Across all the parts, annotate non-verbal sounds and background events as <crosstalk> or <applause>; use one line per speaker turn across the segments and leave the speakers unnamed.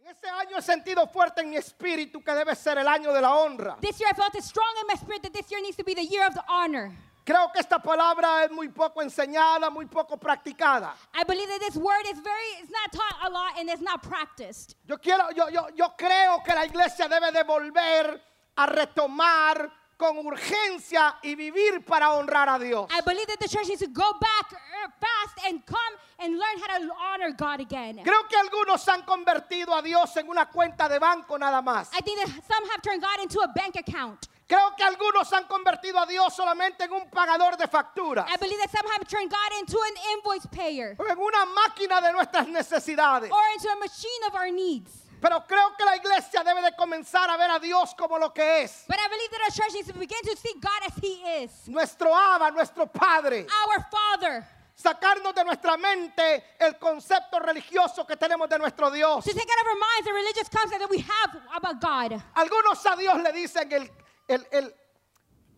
En este año he sentido fuerte en mi espíritu que debe ser el año de la honra.
This year I felt it strong in my spirit that this year needs to be the year of the honor.
Creo que esta palabra es muy poco enseñada, muy poco practicada.
I believe that this word is very, it's not taught a lot and it's not practiced.
Yo quiero, yo, yo, yo creo que la iglesia debe de volver a retomar con urgencia y vivir para honrar a Dios.
I believe that the church needs to go back er, fast and come and learn how to honor God again.
Creo que algunos han convertido a Dios en una cuenta de banco nada más.
I think that some have turned God into a bank account.
Creo que algunos han convertido a Dios solamente en un pagador de facturas,
I believe that some have turned God into an invoice payer
o en una máquina de nuestras necesidades.
or into a machine of our needs.
Pero creo que la iglesia debe de comenzar a ver a Dios como lo que es.
But I believe that our church needs to begin to see God as He is,
Nuestro Abba, nuestro Padre.
our Father.
Sacarnos de nuestra mente el concepto religioso que tenemos de nuestro Dios.
To take out of our minds the religious concept that we have about God.
Algunos a Dios le dicen el, el, el,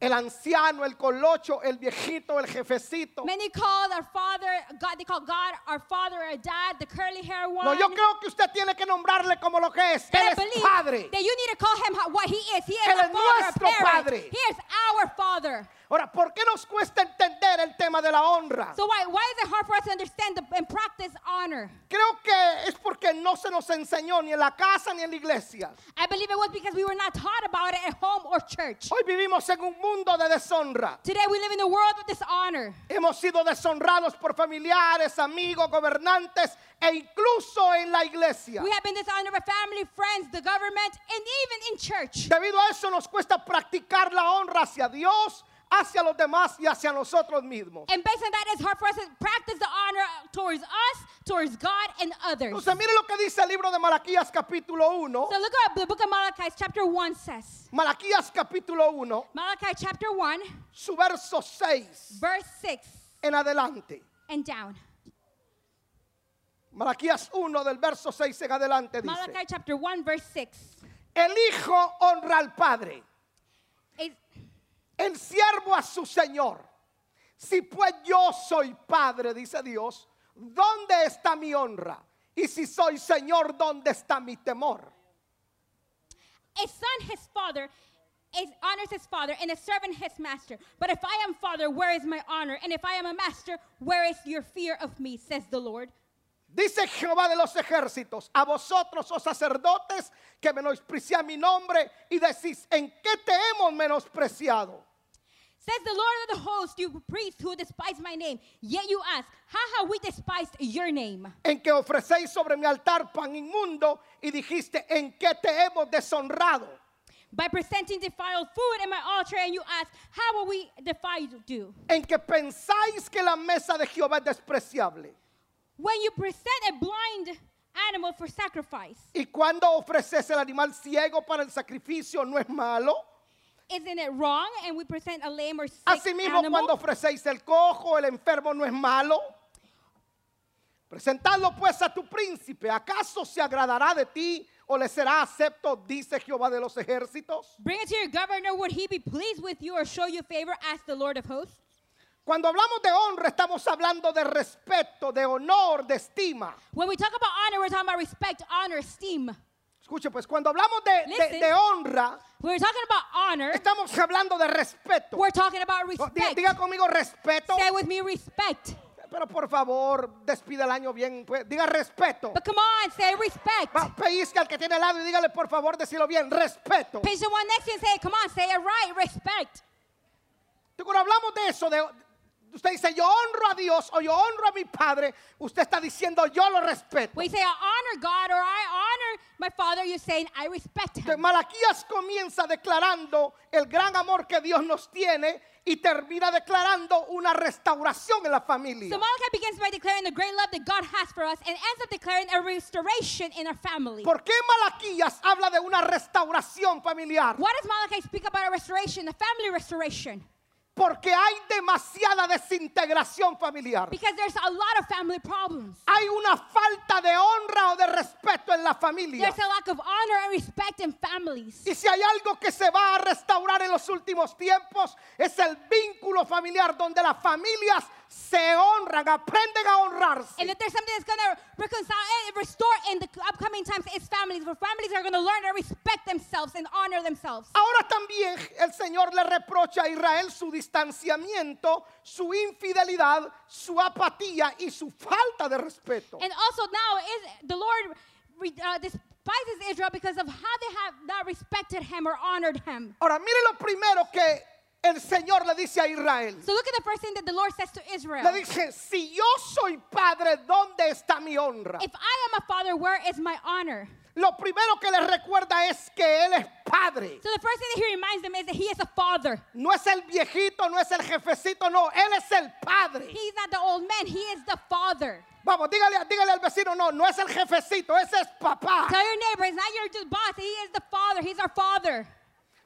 el anciano, el colocho, el viejito, el jefecito.
Many call our father God. They call God our father or dad, the curly hair one.
No, yo creo que usted tiene que nombrarle como lo que es.
But I
Él es
believe
Padre.
that you need to call him ho- what he is. He is
Él
our
es
father,
nuestro
a parent.
padre.
He is our father.
Ahora, ¿por qué nos cuesta entender el tema de la honra?
So why why is it hard for us to understand the, and practice honor?
Creo que es porque no se nos enseñó ni en la casa ni en la iglesia.
I believe it was because we were not taught about it at home or church.
Hoy vivimos en un mundo de deshonra.
Today we live in a world of dishonor.
Hemos sido deshonrados por familiares, amigos, gobernantes e incluso en la iglesia.
We have been dishonored by family, friends, the government, and even in church.
Debido a eso nos cuesta practicar la honra hacia Dios, hacia los demás y hacia nosotros mismos.
And based on that, it's hard for us to practice the honor towards us, towards God, and others.
Entonces mire lo que dice el libro de Malaquías capítulo 1.
So look at the book of Malachi, chapter 1 says.
Malaquías capítulo 1,
Malachi chapter 1,
su verso 6
verse 6
en adelante.
and down.
Malaquías 1 del verso 6 en adelante
Malachi
dice,
chapter 1, verse 6.
el hijo honra al padre,
It-
el siervo a su señor. Si pues yo soy padre, dice Dios, ¿dónde está mi honra? Y si soy señor, ¿dónde está mi temor?
a son his father is, honors his father, and a servant his master. But if I am father, where is my honor? And if I am a master, where is your fear of me? Says the Lord.
Dice Jehová de los ejércitos, a vosotros, oh sacerdotes, que menospreciáis mi nombre y decís, ¿en qué te hemos menospreciado?
Says the Lord of the host, you priests who despise my name. Yet you ask, how have we despised your name?
En que ofrecéis sobre mi altar pan inmundo y dijiste, ¿en qué te hemos deshonrado?
By presenting defiled food at my altar, and you ask, how will we defiled you?
En que pensáis que la mesa de Jehová es despreciable.
When you present a blind animal for sacrifice,
Y cuando ofreces el animal ciego para el sacrificio, ¿no es malo?
isn't it wrong? And we present a lame or sick
Asimismo,
animal.
cuando ofrecéis el cojo, el enfermo no es malo. Presentadlo pues a tu príncipe. ¿Acaso se agradará de ti o le será acepto, dice Jehová de los ejércitos?
Bring it to your governor, would he be pleased with you or show you favor? Ask the Lord of hosts.
Cuando hablamos de honra, estamos hablando de respeto, de honor, de estima.
When we talk about honor, we're talking about respect, honor, esteem.
Escuche, pues cuando hablamos de, de-
Listen.
de honra,
We're talking about honor.
estamos hablando de respeto.
We're talking about
Oh, diga,
respect.
diga conmigo respeto.
Say with me, respect.
Pero por favor, despida el año bien. pues, diga respeto.
But come on, say respect.
Va, pellizca al que tiene al lado y dígale por favor, decirlo bien, respeto.
Pinch the one next to you and say, come on, say it right, respect.
Tú, Cuando hablamos de eso, de, usted dice yo honro a Dios o yo honro a mi padre, usted está diciendo yo lo respeto.
When you say, I honor God or I honor my father, you're saying, I respect
Entonces,
him.
Malaquías comienza declarando el gran amor que Dios nos tiene y termina declarando una restauración en la
So
familia.
Malachi begins by declaring the great love that God has for us and ends up declaring a restoration in our family.
¿Por qué Malaquías habla de una restauración familiar?
Why does Malachi speak about a restoration, a family restoration?
Porque hay demasiada desintegración familiar.
Because there's a lot of family problems.
Hay una falta falta de honra o de respeto en la familia.
There's a lack of honor and respect in families.
Y si hay algo que se va a restaurar en los últimos tiempos, es el vínculo familiar donde las familias se honran, aprenden a
And
honrarse.
if there's something that's going to reconcile and restore in the upcoming times, it's families. Where families are going to learn to respect themselves and honor themselves.
Ahora también el Señor le reprocha a Israel su distanciamiento, su infidelidad, su apatía y su falta de respeto.
And also now is the Lord re, uh, despises Israel because of how they have not respected him or honored him.
Ahora, mire lo primero que el Señor le dice a Israel.
So look at the first thing that the Lord says to Israel.
Le dice, si yo soy padre, ¿dónde está mi honra?
If I am a father, where is my honor?
Lo primero que le recuerda es que él es padre.
So the first thing that he reminds them is that he is a father.
No es el viejito, no es el jefecito, no, él es el padre.
He's not the old man, he is the father.
Vamos, dígale, dígale al vecino, no, no es el jefecito, ese es papá.
Tell your neighbor, it's not your just boss, he is the father, he's our father.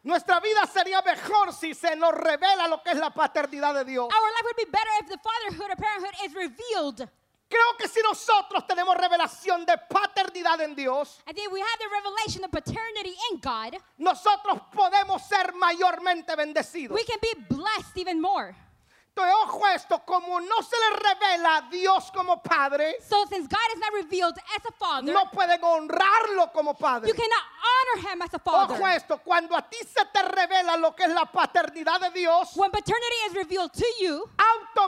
Nuestra vida sería mejor si se nos revela lo que es la paternidad de Dios.
Our life would be better if the fatherhood or parenthood is revealed.
Creo que si nosotros tenemos revelación de paternidad en Dios,
I think we have the revelation of paternity in God.
nosotros podemos ser mayormente bendecidos.
We can be blessed even more.
Entonces, ojo a esto, como no se le revela a Dios como padre,
So since God is not revealed as a father,
no pueden honrarlo como padre.
you cannot honor him as a father.
Ojo a esto, cuando a ti se te revela lo que es la paternidad de Dios,
When paternity is revealed to you,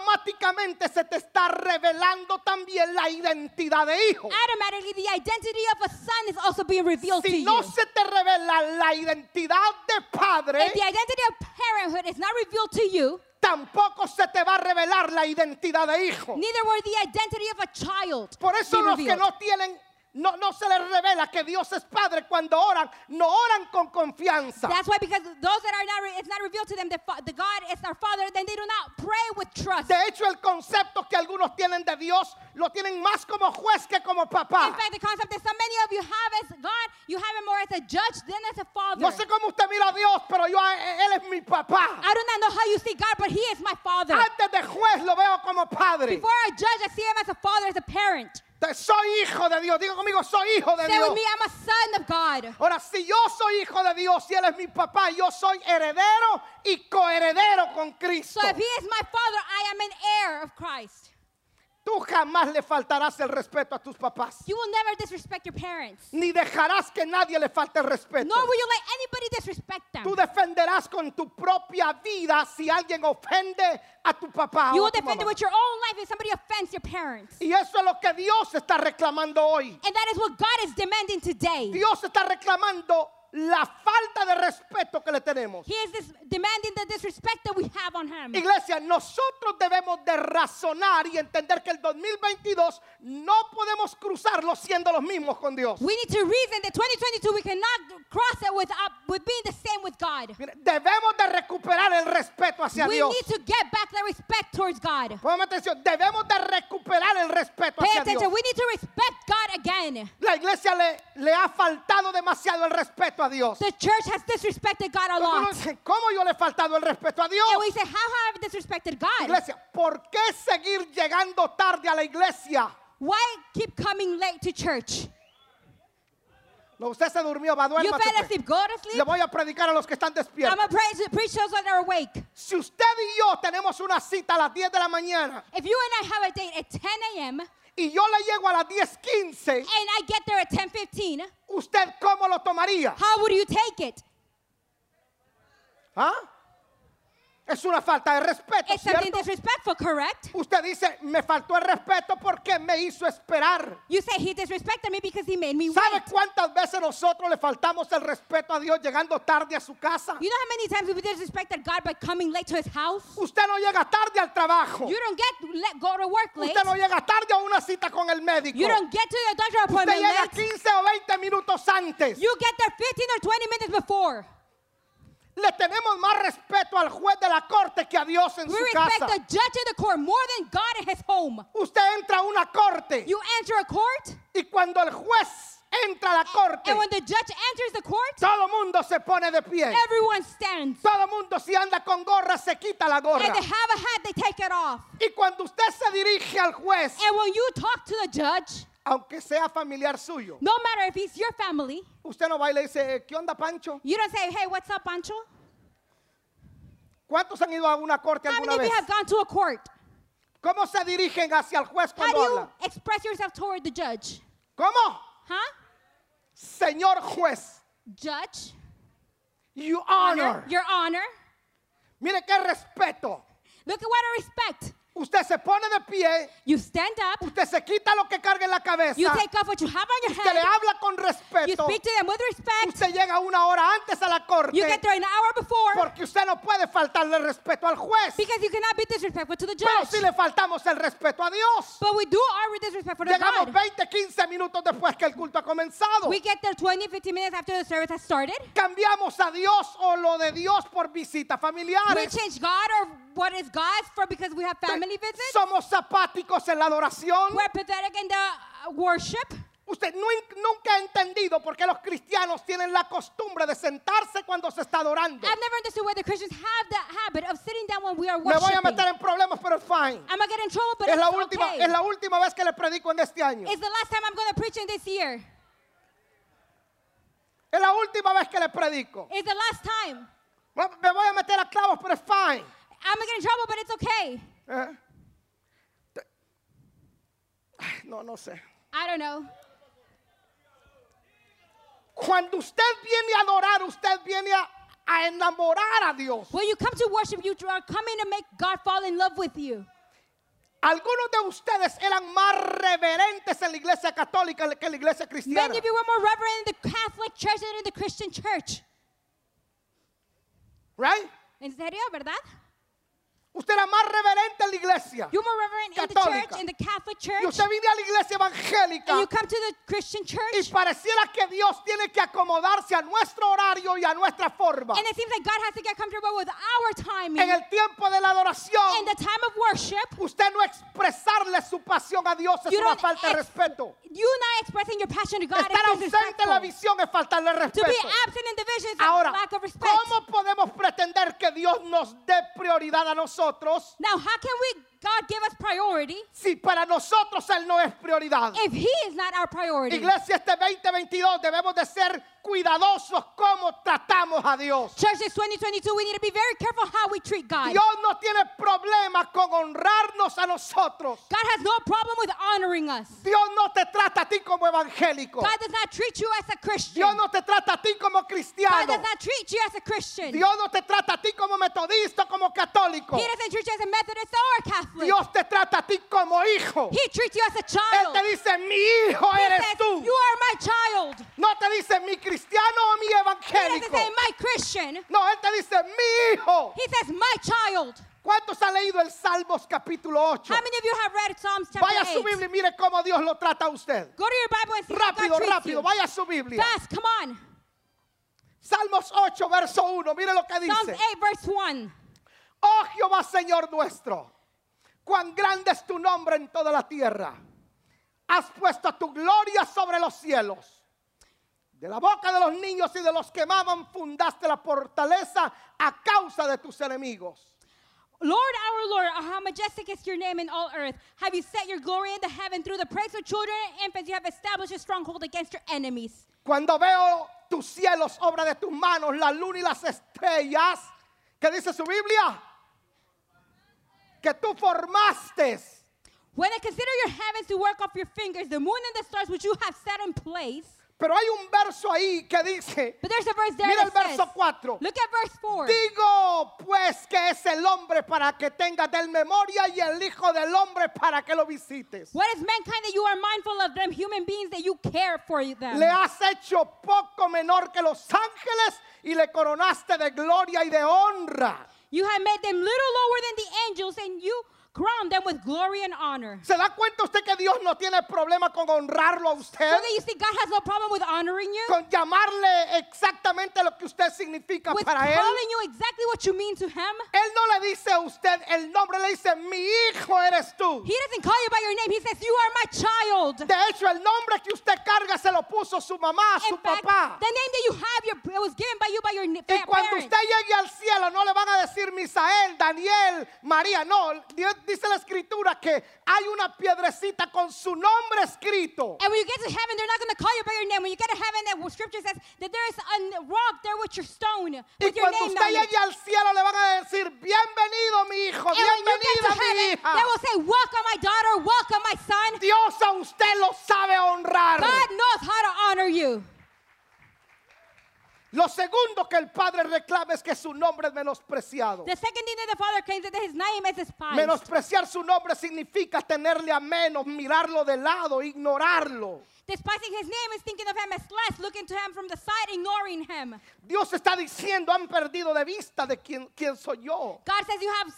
automáticamente se te está revelando también la identidad de hijo.
automatically the identity of a son is also being revealed to
Si
you.
no se te revela la identidad de padre,
If the identity of parenthood is not revealed to you,
tampoco se te va a revelar la identidad de hijo.
neither will the identity of a child
Por eso
be
los que
revealed.
no tienen, no, no se les revela que Dios es padre cuando oran, no oran con confianza.
That's why, because those that are not, re- it's not revealed to them that fa- the God is our Father, then they do not pray with trust.
De hecho, el concepto que algunos tienen de Dios lo tienen más como juez que como
In
papá.
fact, the concept that so many of you have as God, you have him more as a judge than as a father.
No sé cómo usted mira a Dios, pero yo a- e, él es mi papá.
I do not know how you see God, but He is my Father.
Antes de juez lo veo como padre.
Before a judge, I see Him as a father, as a parent.
Te- Soy hijo de Dios. Digo conmigo, soy hijo de
Say
Dios.
with me, I'm a son of God.
Ahora, si yo soy hijo de Dios y él es mi papá, yo soy heredero y coheredero con Cristo.
So if He is my Father, I am an heir of Christ.
Tú jamás le faltarás el respeto a tus papás.
You will never disrespect your parents,
Ni dejarás que nadie le falte el respeto.
nor will you let anybody disrespect them.
Tú defenderás con tu propia vida si alguien ofende a tu papá. o
You will
a tu
defend it
mamá.
with your own life if somebody offends your parents.
Y eso es lo que Dios está reclamando hoy.
And that is what God is demanding today.
Dios está reclamando la falta de respeto que le tenemos.
He is dis- demanding the disrespect that we have on Him.
Iglesia, nosotros debemos de razonar y entender que el 2022 no podemos cruzarlo siendo los mismos con Dios.
We need to reason that 2022 we cannot cross it with, up, with being the same with God.
Mire, Debemos de recuperar el respeto hacia
We
Dios.
need to get back the respect towards God.
Póngame atención, debemos de recuperar el respeto
Pay
hacia Dios.
attention. We need to respect God again.
La iglesia le, le ha faltado demasiado el respeto a Dios.
The church has disrespected God a
Algunos
lot.
dicen, <laughs> ¿Cómo yo le he faltado el respeto a Dios?
And we say, How have I disrespected God?
Iglesia, ¿por qué seguir llegando tarde a la iglesia?
Why keep coming late to church?
No, usted se durmió, va,
You
duérmase,
fell
pues.
asleep. Go to
Le
sleep.
voy a predicar a los que están
I'm
despiertos.
going to preach those that are awake.
Si usted y yo tenemos una cita a las 10 de la mañana
If you and I have a date at 10 a.m. and
y yo le llego a las 10:15,
I get there at 10:15,
¿usted cómo lo tomaría?
how would you take it?
¿Ah? Es una falta de respeto,
It's something
¿cierto?
disrespectful, correct?
Usted dice, me faltó el respeto porque me hizo esperar.
You say he disrespected me because he made me
¿Sabe
wait.
cuántas veces nosotros le faltamos el respeto a Dios llegando tarde a su casa?
You know how many times we disrespected God by coming late to his house?
Usted no llega tarde al trabajo.
You don't get let go to work late.
Usted no llega tarde a una cita con el médico.
You don't get to your doctor
Usted
appointment
llega
late.
15 o 20 minutos antes.
You get there 15 or 20 minutes before.
Le tenemos más respeto al juez de la corte que a Dios en
We
su
respect
casa.
the judge in the court more than God in his home.
Usted entra a una corte
You enter a court,
y cuando el juez entra a la corte,
and when the judge enters the court,
todo el mundo se pone de pie.
everyone stands.
Todo el mundo si anda con gorra se quita la
And they
gorra.
have a hat, they take it off.
Y cuando usted se dirige al juez,
And when you talk to the judge,
aunque sea familiar suyo,
No matter if he's your family,
usted no va y le dice, eh, ¿qué onda, Pancho?
you don't say, hey, what's up, Pancho?
¿Cuántos han ido a una corte
How
alguna
many
vez?
of you have gone to a court?
¿Cómo se dirigen hacia el juez
How do
cuando
you
hablan?
express yourself toward the judge?
¿Cómo?
Huh?
Señor juez,
Judge,
you honor.
your honor.
Mire qué respeto.
Look at what I respect.
Usted se pone de pie,
You stand up,
usted se quita lo que carga en la cabeza,
you take off what you have on your
usted le
head,
habla con
you
respeto,
speak to them with respect,
usted llega una hora antes a la
you
corte
get there an hour before
porque usted no puede faltarle respeto al juez.
because you cannot be disrespectful to the
Pero si
judge.
le faltamos el respeto a Dios,
But we do are we disrespectful to
llegamos
God.
20, 15 minutos después que el culto ha comenzado.
We get there 20, 15 minutes after the service has started.
Cambiamos a Dios o lo de Dios por visitas
We
familiares.
change God or what is God's for because we have family visits.
Somos apáticos en la adoración.
We're pathetic in the uh, worship.
Usted no en- nunca ha entendido por qué los cristianos tienen la costumbre de sentarse cuando se está adorando.
I've never understood why the Christians have that habit of sitting down when we are
Me voy
worshiping.
a meter en problemas, pero es fine.
I'm gonna get in trouble, but
Es
it's
la, última,
okay.
es la última vez que le predico en este año.
It's the last time I'm gonna preach in this year.
Es la última vez que le predico.
It's the last time.
Bueno, Me voy a meter a clavos, pero es fine.
I'm gonna get in trouble, but it's okay.
¿Eh? Te- Ay, No, no sé.
I don't know.
Cuando usted viene a adorar, usted viene a, a enamorar a Dios.
When you come to worship, you are coming to make God fall in love with you.
Algunos de ustedes eran más reverentes en la iglesia católica que en la iglesia cristiana.
Many of you were more reverent in the Catholic Church than in the Christian Church.
Right?
¿En serio, verdad?
Usted era más reverente en la iglesia.
You're more reverent in the
Católica.
church, in the Catholic
Y
Church,
usted viene a la iglesia evangélica.
and you come to the Christian
Y
church,
pareciera que Dios tiene que acomodarse a nuestro horario y a nuestra forma.
and it seems like God has to get comfortable with our timing.
En el tiempo de la adoración,
in the time of worship,
usted no expresarle su pasión a Dios es
You
una
don't
falta de
ex-
respeto.
you not expressing your passion to God
Estar
is
ausente en la
disrespectful.
visión es faltarle
To be
respeto.
absent in the vision is
Ahora,
lack of respect.
¿cómo podemos pretender que Dios nos dé prioridad a nosotros
Now, how can we God give us priority
si para nosotros Él no es prioridad?
if He is not our priority?
Iglesia, este 2022 debemos de ser cuidadosos cómo tratamos a Dios.
Church, this 2022, we need to be very careful how we treat God.
Dios no tiene problema con honrarnos a nosotros.
God has no problem with honoring us.
Dios no te trata a ti como evangélico.
God does not treat you as a Christian.
Dios no te trata a ti como
God does
cristiano.
not treat you as a Christian.
Dios no te trata a ti como metodista, como católico.
He doesn't treat you as a Methodist or a Catholic.
Dios te trata a ti como hijo.
He treats you as a
Él
child.
te dice, mi hijo
He
eres
says,
tú.
You are my child.
No te dice mi cristiano o mi
He doesn't
evangélico.
say my Christian.
No, Él te dice, mi hijo.
He says my child.
¿Cuántos han leído el Salmos capítulo 8?
How many of you have read Psalms chapter
Vaya a su
8?
Biblia y mire cómo Dios lo trata a usted.
Go to your Bible and see how God
Rápido,
treats
rápido,
you.
vaya a su Biblia.
Fast, come on.
Salmos 8, verso 1, mire lo que
Psalms
dice.
8, verse 1.
Oh Jehová Señor nuestro, cuán grande es tu nombre en toda la tierra. Has puesto tu gloria sobre los cielos. De la boca de los niños y de los que maman fundaste la fortaleza a causa de tus enemigos.
Lord, our Lord, oh, how majestic is your name in all earth. Have you set your glory in the heaven through the praise of children and infants? You have established a stronghold against your enemies.
Cuando veo tus cielos, obra de tus manos, la luna y las estrellas, ¿qué dice su Biblia? Que tú formaste.
When I consider your heavens to work off your fingers, the moon and the stars which you have set in place.
Pero hay un verso ahí que dice,
But there's a verse there
Mira el
that says,
verso 4.
look at verse 4.
Digo pues que es el hombre para que tengas del memoria y el hijo del hombre para que lo visites.
What is mankind that you are mindful of them, human beings that you care for them?
Le has hecho poco menor que los ángeles y le coronaste de gloria y de honra.
You have made them little lower than the angels, and you crown them with glory and honor.
¿Se da cuenta usted que Dios no tiene problema con honrarlo a
So
usted?
that you see, God has no problem with honoring you,
Con llamarle exactamente lo que usted significa
with
para
calling
él.
you exactly what you mean to Him.
Él no le dice a usted el nombre, le dice, mi hijo eres tú.
He doesn't call you by your name. He says, "You are my child."
De hecho, el nombre que usted carga se lo puso su mamá,
In
su
fact,
papá.
the name that you have, your, it was given by you by your n-
Y
fa-
cuando
parents.
usted llegue al cielo, no le van a decir Misael, Daniel, María, no. Dios, dice la escritura que hay una piedrecita con su nombre escrito.
And when you get to heaven, they're not going to call you by your name. When you get to heaven, that scripture says that there is a rock there with your stone,
Y
with your
cuando
name
usted
on it.
llegue al cielo le van a decir, bienvenido mi hijo,
And when you get to
bienvenida mi
heaven,
hija.
they will say, Welcome, my daughter. Welcome, my son.
Dios a usted lo sabe honrar.
God knows how to honor you.
Lo segundo que el padre reclama es que su nombre es menospreciado.
The second thing that the father claims is that his name is despised.
Menospreciar su nombre significa tenerle a menos, mirarlo de lado, ignorarlo.
Despising his name is thinking of him as less, looking to him from the side, ignoring him.
Dios está diciendo, han perdido de vista de quién, quién soy yo.
God says you have,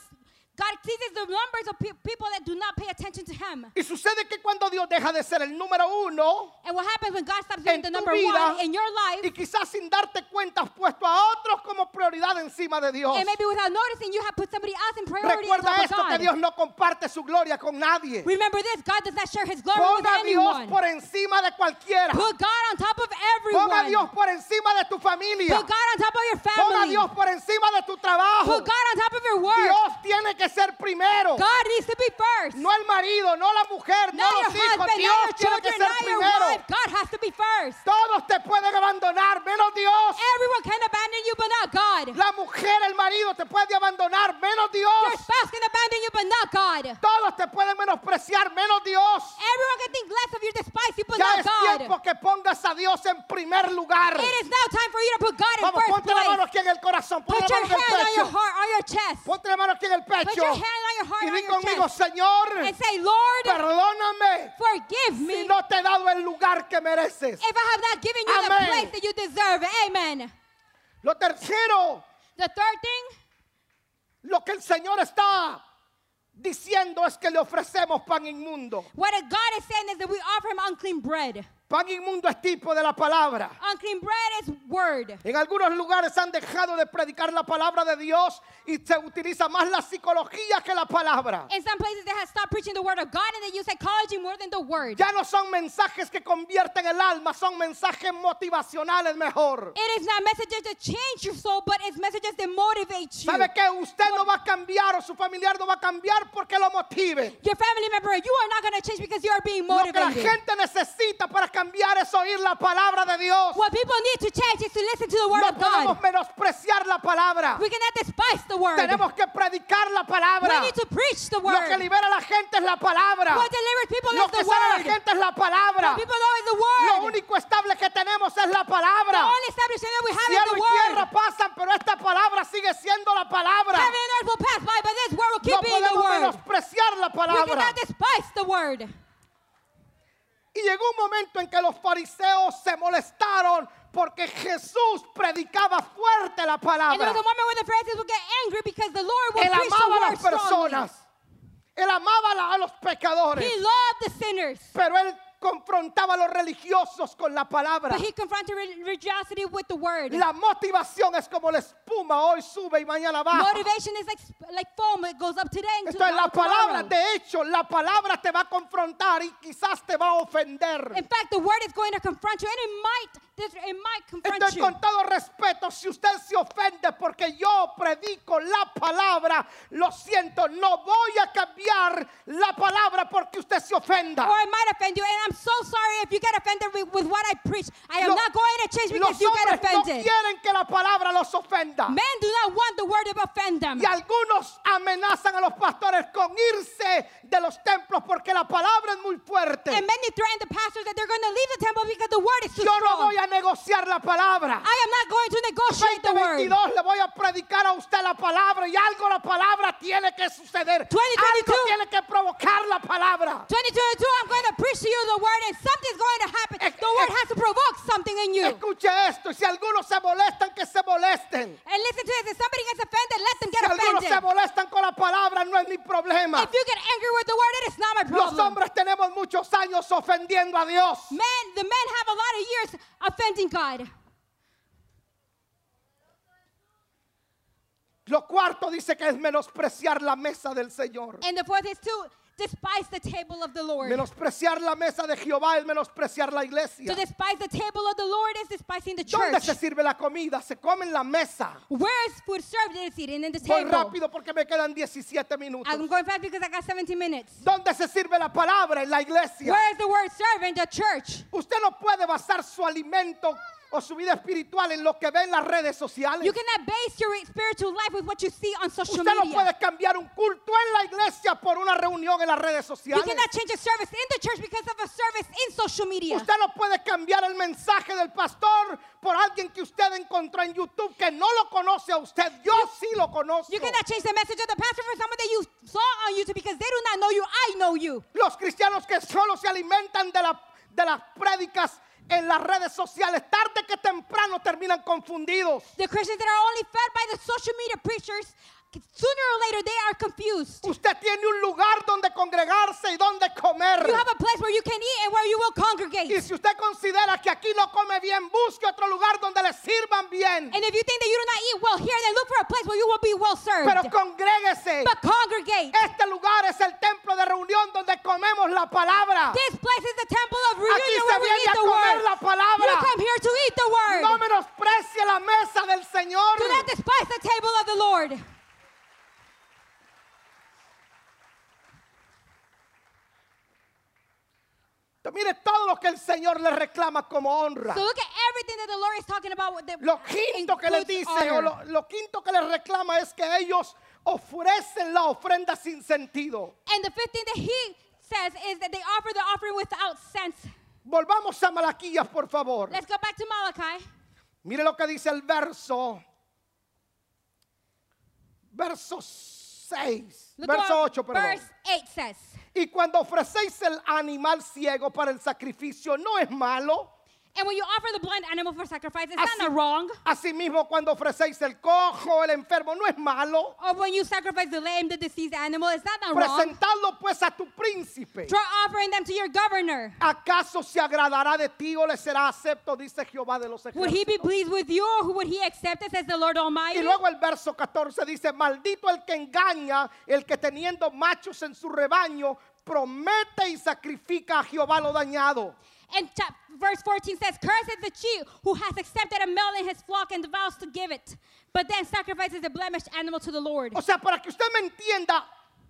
God sees the numbers of pe- people that do not pay attention to him.
Y sucede que cuando Dios deja de ser el número uno
And what happens when God stops
en
being the
tu
number
vida
one in your life,
y quizás sin darte cuenta has puesto a otros como prioridad encima de Dios.
and maybe without noticing, you have put somebody else in priority on
Recuerda
top of
esto que
God.
Dios no comparte su gloria con nadie.
Remember this, God does not share his glory with
Ponga a Dios
anyone.
por encima de cualquiera.
Put God on top of
Ponga a Dios
everyone.
por encima de tu familia.
Put God on top of your
Ponga a
family.
Dios por encima de tu trabajo.
Put God on top of your work.
Dios tiene que ser primero.
God needs to be first.
No el marido, no la mujer, no
Not your
los hijos.
husband,
Dios
not your
tiene que
children,
ser
not your wife.
primero.
God has to be first.
Todos te pueden abandonar, menos Dios.
Everyone can abandon you, but not God.
La mujer, el marido te puede abandonar, menos
Your
Dios.
spouse can abandon you, but not God.
Todos te pueden menospreciar, menos Dios.
Everyone can think less of you, despise you, but
Ya
not
es
God.
tiempo que pongas a Dios en primer lugar.
It is now time for you to put God in
Vamos,
first
ponte la mano aquí
place.
en el corazón, ponte la
Put your
mano en
hand on
el
your
pecho.
heart, on your chest.
Ponte la mano aquí en el
Put
pecho.
your hand on your heart,
Y
on
di
your
conmigo,
chest.
Señor,
And say, Lord,
perdóname
forgive
si
me Eh.
no te he dado el lugar que mereces.
if I have not given you the
Amén.
place that you deserve. Amen.
Lo tercero,
The third thing
lo que el Señor está diciendo es que le ofrecemos pan inmundo.
What God is saying is that we offer him unclean bread.
Pan inmundo es tipo de la palabra.
Unclean bread is word.
En algunos lugares han dejado de predicar la palabra de Dios y se utiliza más la psicología que la palabra.
In some places, they have stopped preaching the word of God and they use psychology more than the word.
Ya no son mensajes que convierten el alma, son mensajes motivacionales mejor.
It is not messages that change your soul, but it's messages that motivate you.
¿Sabe que usted no va a cambiar o su familiar no va a cambiar porque lo motive?
Your family member, you are not going to change because you are being
Lo que la
motivated.
gente necesita para cambiar es oír la palabra de Dios.
What people need to change is to listen to the word
No
of God.
podemos menospreciar la palabra.
We cannot despise the word.
Tenemos que predicar la palabra.
We need to preach the
Lo que
word.
libera a la gente es la palabra.
What delivers people
Lo
is
que
the
sana a la
word.
gente es la palabra.
People know is the
Lo
word.
único estable que tenemos es la
The
palabra.
only establishment that we have is
Cielo y
the word.
tierra pasan, pero esta palabra sigue siendo la palabra.
Heaven and earth will pass by, but this word will keep
No
being the
podemos
word.
menospreciar la
We
palabra.
cannot despise the word.
Y llegó un momento en que los fariseos se molestaron porque Jesús predicaba fuerte la
And there
palabra.
was a moment when the Pharisees would get angry because the Lord would
Él
preach the
amaba a
word
las
strongly.
personas. Él amaba a la- a los pecadores.
He loved the sinners,
Pero él confrontaba a los religiosos con la palabra.
but he confronted re- religiosity with the word.
La motivación es como la espuma, hoy sube y mañana baja.
Motivation is like sp- like foam; it goes up today and to
Esto es la palabra,
tomorrow.
de hecho, la palabra te va a confrontar y quizás te va a
In
ofender.
fact, the word is going to confront you, and it might this- it might confront
Entonces,
you.
con todo respeto, si usted se ofende porque yo predico la palabra, lo siento, no voy a cambiar la palabra porque usted se ofenda.
Or it might offend you, and I'm so sorry if you get offended with, with what I preach. I am
Lo-
not going to change
Los
because you get
hombres no
offended.
quieren que la palabra los ofenda.
Men do not want the word to offend them.
Y algunos amenazan a los pastores con irse de los templos porque la palabra es muy fuerte.
And many threaten the pastors that they're going to leave the temple because the word is too
Yo no
strong.
voy a negociar la palabra.
I am not going to negotiate the word.
2022 le voy a predicar a usted la palabra y algo la palabra tiene que suceder.
2022.
Algo tiene que provocar la palabra.
2022, I'm going to preach to you the word and something's going to happen.
Ec-
The word
ec-
has to provoke something in you.
Escuche esto y si algunos se molestan que se molesten.
And listen to this. If somebody gets offended, let them get
Si algunos se
offended.
molestan con la palabra no es mi problema.
If you get angry with the word, it is not my
Los
problem.
hombres tenemos muchos años ofendiendo a Dios.
Men, the men have a lot of years offending God.
Lo cuarto dice que es menospreciar la mesa del Señor.
And the fourth is to despise the table of the Lord.
Menospreciar la mesa de Jehová es menospreciar la iglesia.
To despise the table of the Lord is despising the
¿Dónde
church.
se sirve la comida? Se come en la mesa.
Where is food served? It is eaten in the
Voy
table.
rápido porque me quedan 17 minutos.
I'm going fast because I got 17 minutes.
¿Dónde se sirve la palabra? En la iglesia.
Where is the word servant? The church.
Usted no puede basar su alimento o su vida espiritual en lo que ve en las redes sociales.
You cannot base your spiritual life with what you see on social
Usted no
media.
puede cambiar un culto en la iglesia por una reunión en las redes
You
sociales.
cannot change a service in the church because of a service in social media.
Usted no puede cambiar el mensaje del pastor por alguien que usted encontró en YouTube que no lo conoce a usted. Yo sí lo conozco.
You cannot change the message of the pastor for someone that you saw on YouTube because they do not know you. I know you.
Los cristianos que solo se alimentan de, la- de las prédicas en las redes sociales, tarde que temprano terminan confundidos.
The Christians that are only fed by the social media preachers, sooner or later they are confused.
Usted tiene un lugar donde congregarse y donde comer.
You have a place where you can eat and where you will congregate.
Y si usted considera que aquí no come bien, busque otro lugar donde le sirvan bien.
And if you think that you do not eat well here, then look for a place where you will be well served.
Pero congréguese.
but congregate.
Este lugar es el templo de reunión donde comemos la palabra.
This place is the temple of
Aquí
reunion
se
where we
viene
eat
a
the
comer
word.
la palabra.
You come here to eat the word.
No menosprecie la mesa del Señor.
Do not despise the table of the Lord.
Mire todo lo que el Señor le reclama como honra.
So look at everything that the Lord is talking about. With the,
Lo quinto que le
includes
dice
honor.
o lo, lo quinto que le reclama es que ellos ofrecen la ofrenda sin sentido.
And the fifth thing that he says is that they offer the offering without sense.
Volvamos a Malaquías, por favor.
Let's go back to Malachi.
Mire lo que dice el verso. Verso 6.
Look
Verso
what
8, perdón.
verse 8 says.
Y cuando ofrecéis el animal ciego para el sacrificio, no es malo.
And when you offer the blind animal for sacrifice, it's
Así-
not wrong.
Asimismo, cuando ofrecéis el cojo, el enfermo, no es malo.
Or when you sacrifice the lame, the diseased animal, it's not not wrong.
Presentadlo pues a tu príncipe.
Try offering them to your governor.
¿Acaso se agradará de ti o le será acepto? Dice Jehová de los
Would he
ejércitos.
be pleased with you or who would he accept it, says the Lord Almighty?
Y luego el verso 14 dice, maldito el que engaña, el que teniendo machos en su rebaño, promete y sacrifica a Jehová lo dañado.
And chap- verse 14 says, Cursed is the chief who has accepted a male in his flock and vows to give it, but then sacrifices a blemished animal to the Lord.
O sea, para que usted me entienda,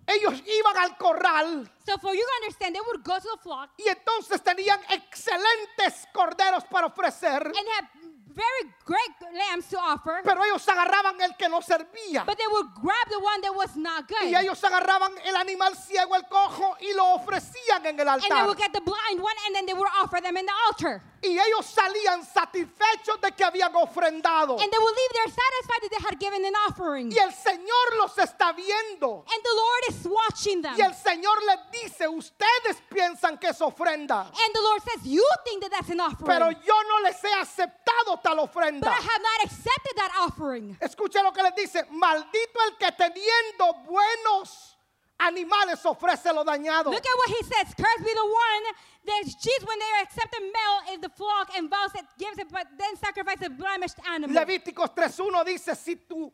ellos iban al corral
So for you to understand, they would go to the flock
y entonces tenían excelentes corderos para ofrecer,
and have very great lambs to offer,
pero ellos agarraban el que no servía.
but they would grab the one that was not good.
Y ellos agarraban el animal ciego, el cojo, y lo ofrecían en el
And they
altar.
would get the blind one and then they would offer them in the altar.
Y ellos salían satisfechos de que habían ofrendado.
And they will leave there satisfied that they had given an offering.
Y el Señor los está viendo.
And the Lord is watching them.
Y el Señor les dice, ustedes piensan que es ofrenda,
And the Lord says, You think that that's an offering.
pero yo no les he aceptado tal
but
ofrenda.
I have not accepted that offering.
Escucha lo que les dice, maldito el que teniendo buenos animales ofrece lo dañado.
Look at what he says. Cursed be the one that cheats when they are accepted male in the flock and vows it, gives it, but then sacrifices a blemished animal.
Levíticos 3.1 dice, si tú,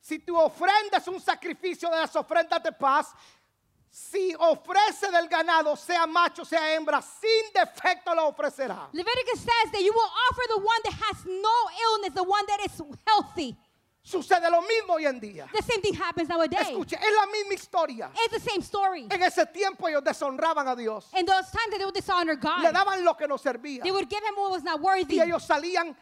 si tu ofrenda es un sacrificio de las ofrendas de paz, si ofrece del ganado, sea macho, sea hembra, sin defecto lo ofrecerá.
Leviticus says that you will offer the one that has no illness, the one that is healthy.
Sucede lo mismo hoy en día.
The same thing happens nowadays.
Escuche, es la misma historia.
It's the same story.
En ese tiempo ellos deshonraban a Dios.
In those times that they would dishonor God,
Le daban lo que no servía.
they would give him what was not
Y
worthy.
ellos salían,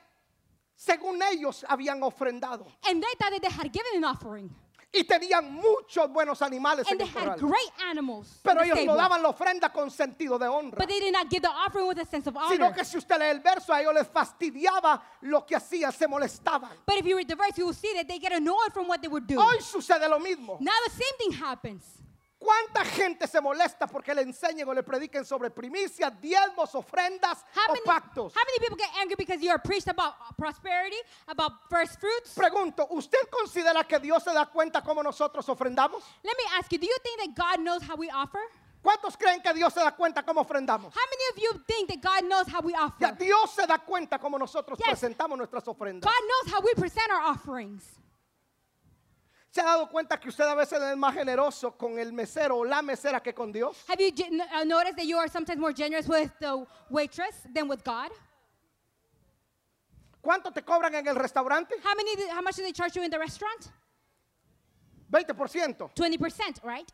según ellos, habían ofrendado.
And they thought that they had given an offering.
Y tenían muchos buenos animales
And
en
they
el
had
corral.
great animals. in
Pero
the
ellos no
stable.
daban la ofrenda con sentido de honra.
But they did not give the offering with a sense of honor.
Sino que si usted lee el verso, a ellos les fastidiaba lo que hacían, se molestaban.
But if you read the verse, you will see that they get annoyed from what they would do.
Hoy sucede lo mismo.
Now the same thing happens.
¿Cuánta gente se molesta porque le enseñen o le prediquen sobre primicias, diezmos, ofrendas
How
o
many,
pactos?
how many people get angry because you are preached about prosperity, about first fruits?
Pregunto, ¿usted considera que Dios se da cuenta cómo nosotros ofrendamos?
Let me ask you, do you think that God knows how we offer?
¿Cuántos creen que Dios se da cuenta cómo ofrendamos?
How many of you think that God knows how we
Ya,
offer?
Dios se da cuenta cómo nosotros
Yes.
presentamos nuestras ofrendas.
God knows how we present our offerings.
¿Se ha dado cuenta que usted a veces es más generoso con el mesero o la mesera que con Dios?
Have you gen- uh, noticed that you are sometimes more generous with the waitress than with God?
¿Cuánto te cobran en el restaurante?
How many? How much do they charge you in the restaurant?
20%,
Twenty percent, right?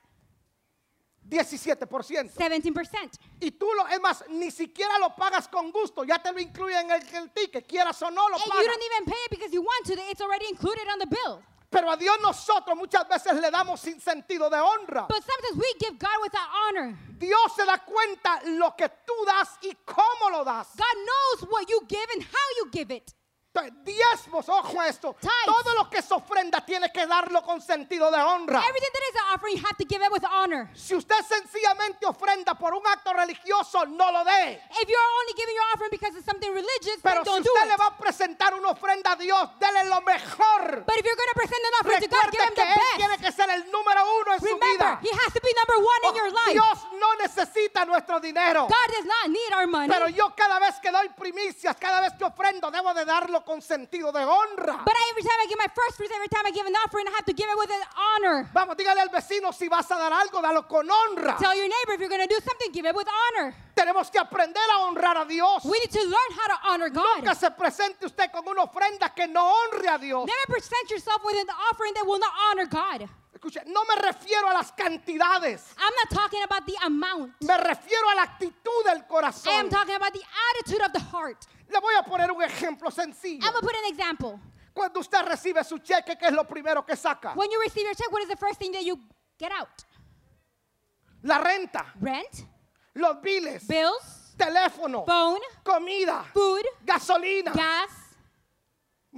17%.
Seventeen percent.
Y tú, lo, es más, ni siquiera lo pagas con gusto, ya te lo incluyen en el, el ticket, quieras o no lo
And Eh, you
pagas.
don't even pay it because you want to. It's already included on the bill.
Pero a Dios nosotros muchas veces le damos sin sentido de honra.
But sometimes we give God without honor.
Dios se da cuenta lo que tú das y cómo lo das.
God knows what you give and how you give it.
Entonces, diezmos, ojo a esto.
Tithes.
Todo lo que es ofrenda tiene que darlo con sentido de honra.
Everything that is an offering, you have to give it with honor.
Si usted sencillamente ofrenda por un acto religioso, no lo dé.
If you're only giving your offering because it's something religious,
Pero
then
si
don't do
usted le
it.
va a presentar una ofrenda a Dios, dele lo mejor.
But if you're going to present an offering to God, give
Recuerde
Him
que
the
Él
best.
tiene que ser el número uno en su
Remember,
vida. Oh,
He has to be number one in your life.
Dios no necesita nuestro dinero.
God does not need our money.
Pero yo cada vez que doy primicias, cada vez que ofrendo, debo de darlo con sentido de honra.
But I, every time I give my first fruits, every time I give an offering, I have to give it with an honor.
Vamos, dígale al vecino, si vas a dar algo, dalo con honra.
Tell your neighbor if you're going to do something, give it with honor.
Tenemos que aprender a honrar a Dios.
We need to learn how to honor God.
Nunca se presente usted con una ofrenda que no honre a Dios.
Never present yourself with an offering that will not honor God.
Escuche, no me refiero a las cantidades,
I'm not talking about the amount.
me refiero a la actitud del
I am
corazón.
talking about the attitude of the heart.
Le voy a poner un ejemplo sencillo.
I'm gonna put an example.
Cuando usted recibe su cheque, ¿qué es lo primero que saca?
When you receive your check, what is the first thing that you get out?
La renta,
Rent,
los biles,
bills,
teléfono,
phone,
comida,
food,
gasolina
gas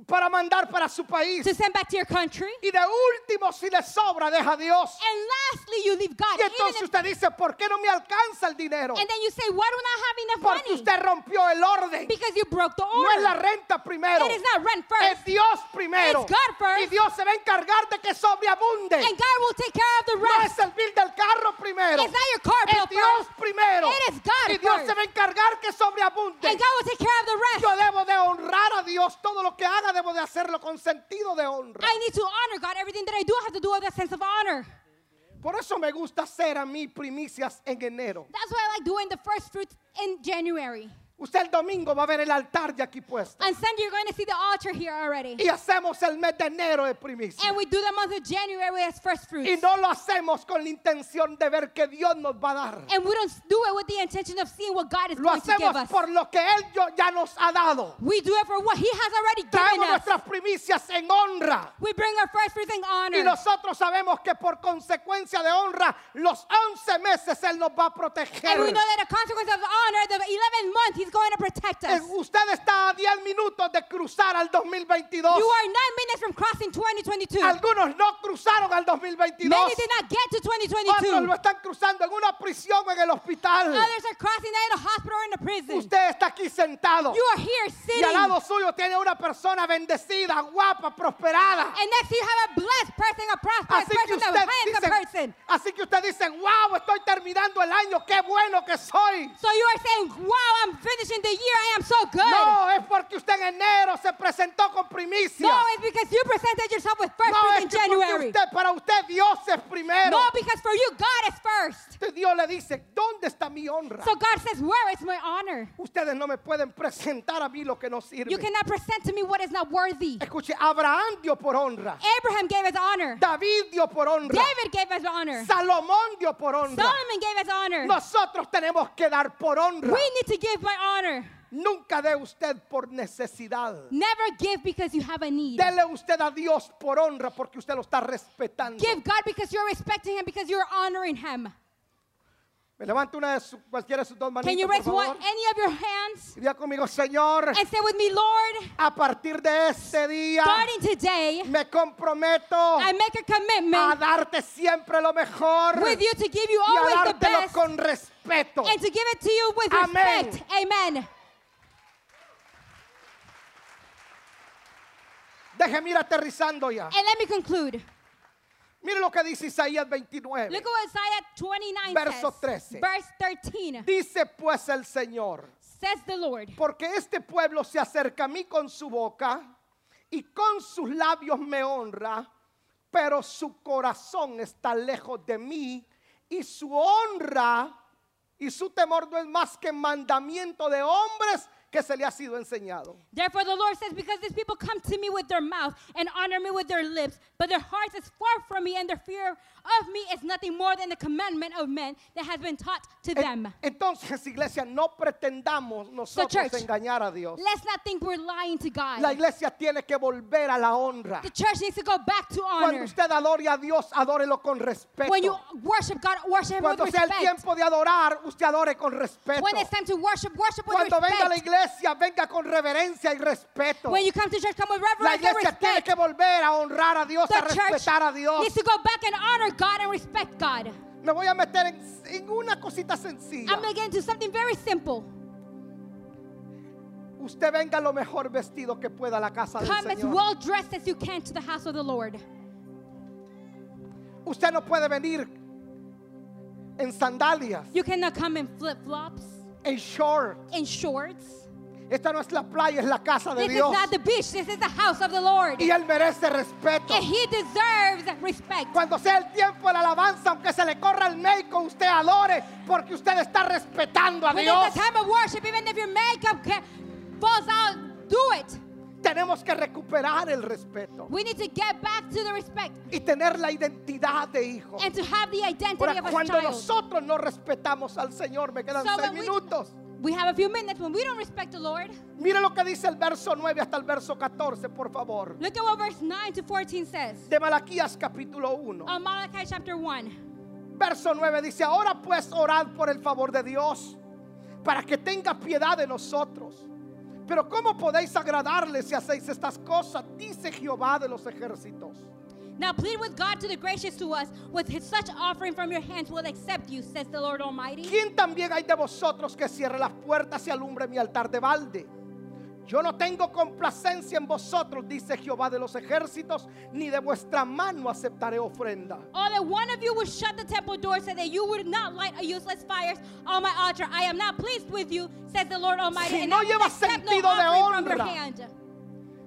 para mandar para su país.
to send back to your country.
Y de último, si le sobra, deja a Dios.
And lastly, you leave God.
Y
Even
entonces
if-
usted dice, ¿por qué no me alcanza el dinero?
and then you say, Why do not have
Porque
enough money?
usted rompió el orden.
Because you broke the
No es la
order.
renta primero.
It is not rent
Es
first.
Dios primero.
It's God first.
Y Dios se va a encargar de que sobreabunde.
And God will take care of the
No es
rest.
el bill del carro primero.
It's not your car bill
Es Dios
first.
primero.
It is God
Y Dios
first.
se va a encargar que sobreabunde.
And God will take care of the rest.
Yo debo de honrar a Dios. Todo lo que haga debo de hacerlo con sentido de honra.
I need to honor God. Everything that I do, I have to do with a sense of honor.
Por eso me gusta hacer a mí primicias en enero.
That's why I like doing the first fruits in January.
Usted el domingo va a ver el altar de aquí puesto.
On Sunday, you're going to see the altar here already.
Y hacemos el mes de enero de primicias.
And we do the month of January as first fruits.
Y no lo hacemos con la intención de ver que Dios nos va a dar.
And we don't do it with the intention of seeing what God is
Lo
going to give
hacemos
us.
por lo que Él yo- ya nos ha dado.
We do it for what He has already
Traemos
given us.
nuestras primicias en honra.
We bring our first fruits in honor.
Y nosotros sabemos que por consecuencia de honra, los 11 meses Él nos va a proteger.
And we know that a consequence of honor, the 11th month, He's going to protect
Eh,
us.
Usted está a 10 minutos de cruzar al 2022.
You are nine minutes from crossing 2022.
Algunos no cruzaron al 2022.
Many did not get to
Otros lo
2022.
están cruzando en una prisión o en el hospital.
Others are crossing that in a hospital or in a prison.
Usted está aquí sentado.
You are here
Y al
sitting.
lado suyo tiene una persona bendecida, guapa, prosperada.
And next to you have a blessed person, a prosperous
Así que
person, a
usted
handsome
dice,
person.
así que usted dice, wow, estoy terminando el año, qué bueno que soy.
So you are saying, wow, I'm finishing the year. I am so good.
No, es porque usted en enero se presentó con primicias.
No, it's because you presented yourself with first
No,
fruits
es
in
que porque
January.
usted, para usted Dios es primero.
No, because for you, God is first.
Entonces Dios le dice, ¿dónde está mi honra?
So God says, where is my honor?
Ustedes no me pueden presentar a mí lo que no sirve.
You cannot present to me what is not worthy.
Escuche, Abraham dio por honra.
Abraham gave us honor.
David dio por honra.
David gave us honor.
Salomón dio por honra.
Solomon gave us honor.
Nosotros tenemos que dar por honra.
We need to give by honor.
Nunca dé usted por necesidad.
Never give because you have a need.
Dele usted a Dios por honra porque usted lo está respetando.
Give God because you're respecting Him, because you're honoring Him.
Me levanta una de sus, cualquiera de sus dos
Can
manitas,
you
por
raise one,
favor.
any of your hands
Y diga conmigo, Señor,
and say with me, Lord,
a partir de este día
starting today,
me comprometo
I make a
a
commitment
darte siempre lo mejor
with you to give you
y a
always the
dártelo
best
con respeto.
and to give it to you with
Amén.
respect. Amen.
Déjeme ir aterrizando ya.
And let me conclude.
Mire lo que dice Isaías 29.
Look at what Isaiah 29
Verso
says.
13.
Verse 13
Dice pues el Señor,
says the Lord.
porque este pueblo se acerca a mí con su boca y con sus labios me honra, pero su corazón está lejos de mí y su honra y su temor no es más que mandamiento de hombres que se le ha sido enseñado.
Therefore, the Lord says, Because these people come to me with their mouth and honor me with their lips, but their hearts is far from me, and their fear of me is nothing more than the commandment of men that has been taught to them.
En- Entonces, iglesia, no pretendamos nosotros
church,
engañar a Dios.
Let's not think we're lying to
La
God.
iglesia tiene que volver a la honra.
The church needs to go back to
Cuando
honor.
usted adore a Dios, adórelo con respeto.
When you worship God, worship Him with
Cuando sea el
respect.
tiempo de adorar, usted adore con respeto.
When it's time to worship, worship with
Cuando venga a la
respect.
iglesia, venga con reverencia y respeto.
When you come to church, come with
La
reverence and
iglesia tiene
respect.
que volver a honrar a Dios, a
The church
respetar a Dios.
needs to go back and honor God and respect God.
Me voy a meter en, en una cosita sencilla.
I'm going to get into something very simple.
Usted venga lo mejor vestido que pueda a la casa del
Come as
Señor.
well dressed as you can to the house of the Lord.
Usted no puede venir en sandalias,
You cannot come in flip flops,
en short.
in shorts.
Esta no es la playa, es la casa de
This is
Dios.
not the beach, this is the house of the Lord.
Y Él merece respeto.
And He deserves respect.
Cuando sea el tiempo de la alabanza, aunque se le corra el médico, usted adore, porque usted está respetando a
When
Dios.
it's the time of worship, even if your makeup ca- falls out, do it.
Tenemos que recuperar el respeto
We need to get back to the respect
y tener la identidad de hijo.
and to have the identity
Ahora,
of a
cuando
child.
nosotros no respetamos al Señor, me quedan
So
seis
when we-
minutos.
We have a few minutes when we don't respect the Lord.
Mire lo que dice el verso 9 hasta el verso 14, por favor.
Look at what verse 9 to 14 says.
De Malaquías capítulo 1.
On Malachi chapter 1.
Verso 9 dice, ahora pues orad por el favor de Dios, para que tenga piedad de nosotros. Pero ¿cómo podéis agradarle si hacéis estas cosas? Dice Jehová de los ejércitos.
Now plead with God to the gracious to us, with his such offering from your hands will accept you, says the Lord Almighty.
¿Quién también hay de vosotros que cierre las puertas y alumbre mi altar de balde? Yo no tengo complacencia en vosotros, dice Jehová de los ejércitos, ni de vuestra mano aceptaré ofrenda.
Or that one of you would shut the temple door so that you would not light a useless fires on my altar. I am not pleased with you, says the Lord Almighty.
Si
and
no
I will
lleva
accept
sentido
no
de
offering from your
honra.
hand.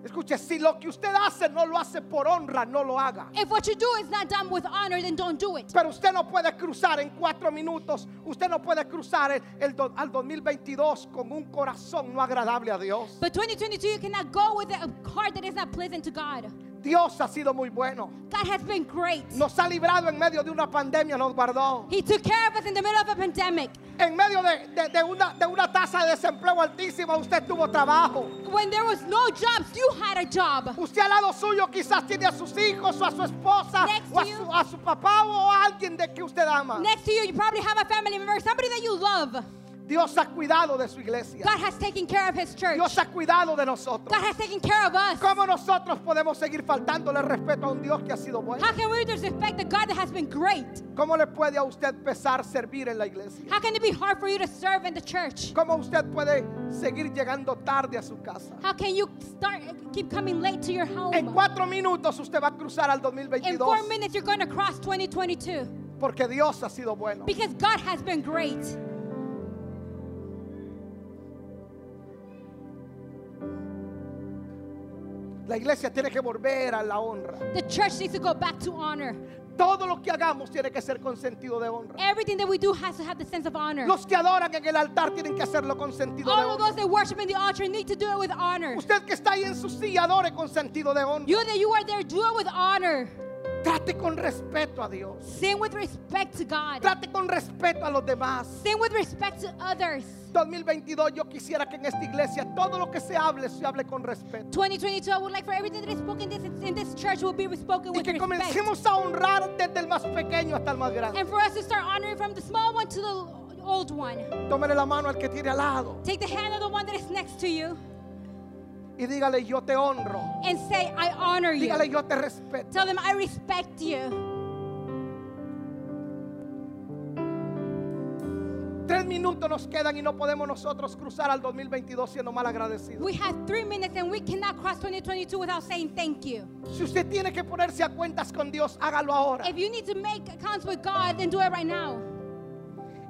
Escuche, si lo que usted hace no lo hace por honra, no lo haga.
If what you do is not done with honor, then don't do it.
Pero usted no puede cruzar en cuatro minutos, usted no puede cruzar el, el do- al 2022 con un corazón no agradable a Dios.
But 2022, you cannot go with a heart that is not pleasant to God.
Dios ha sido muy bueno.
God has been great.
Nos ha librado en medio de una pandemia, nos guardó.
He took care of us in the middle of a pandemic.
En medio de, de- de una, de una tasa de desempleo altísima, usted tuvo trabajo.
When there was no jobs, you had a job.
Usted al lado suyo quizás tiene a sus hijos o a su esposa
Next
o a
to you.
su, a su papá o a alguien de que usted ama.
Next to you, you probably have a family member, somebody that you love. God
Dios ha cuidado de su iglesia.
has taken care of his church.
Dios ha cuidado de nosotros.
God has taken care of us.
¿Cómo nosotros podemos seguir faltándole el respeto a un Dios que ha sido bueno?
How can we disrespect the God that has been great?
¿Cómo le puede a usted pesar servir en la iglesia?
How can it be hard for you to serve in the church?
¿Cómo usted puede seguir llegando tarde a su casa?
How can you start keep coming late to your
En
home?
cuatro minutos usted va a cruzar al
In
2022
four minutes, you're going to cross 2022
porque Dios ha sido bueno.
because God has been great.
La iglesia tiene que volver a la honra.
The church needs to go back to honor.
Todo lo que hagamos tiene que ser con sentido de honra.
Everything that we do has to have the sense of honor.
Los que adoran en el altar tienen que hacerlo con sentido de
All of
honra.
those that worship in the altar need to do it with honor.
Usted que está ahí en su silla, adore con sentido de honra.
You that you are there, do it with honor.
Trate con respeto a Dios.
Sing with respect to God.
Trate con respeto a los demás.
Sing with respect to others.
2022 yo quisiera que en esta iglesia todo lo que se hable se hable con respeto
2022, I would like for everything that is spoken this, in this church will be spoken
y
with
que
respect.
comencemos a honrar desde el más pequeño hasta el más grande.
And for us to start honoring from the small one to the old one.
Tómele la mano al que tiene al lado
Take the hand of the one that is next to you
y dígale yo te honro.
and say, I honor you.
Dígale yo te respeto.
Tell them, I respect you.
Tres minutos nos quedan y no podemos nosotros cruzar al 2022 siendo mal agradecidos.
We have three minutes and we cannot cross 2022 without saying thank you.
Si usted tiene que ponerse a cuentas con Dios, hágalo ahora.
If you need to make accounts with God, then do it right now.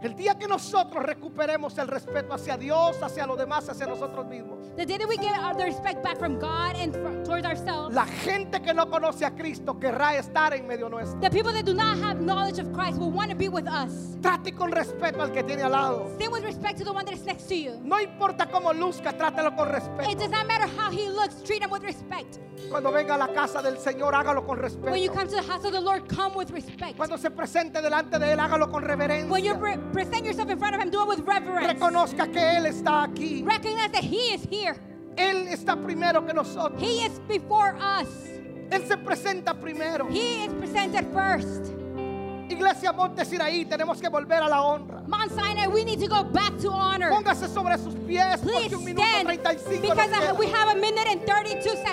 El día que nosotros recuperemos el respeto hacia Dios, hacia los demás, hacia nosotros mismos.
The day that we get our, the respect back from God and fro- towards ourselves,
La gente que no conoce a Cristo querrá estar en medio nuestro.
the people that do not have knowledge of Christ will want to be with us.
Trate con respeto al que tiene al lado.
Stay with respect to the one that is next to you.
No importa cómo luzca, trátelo con
It
respeto.
does not matter how he looks, treat him with respect.
Cuando venga a la casa del Señor, hágalo con respeto.
When you come to the house of the Lord, come with respect.
Cuando se presente delante de Él, hágalo con
When
reverencia.
you pre- present yourself in front of him, do it with reverence.
Reconozca que Él está aquí.
Recognize that he is here.
Él está primero que nosotros.
He is before us.
Él se presenta primero.
He is presented first.
Iglesia Montes Sinaí, tenemos que volver a la honra.
Mount Sinai, we need to go back to honor.
Póngase sobre sus pies
Please
porque un minuto
stand
35 nos
because uh, I-
queda.
we have a minute and 32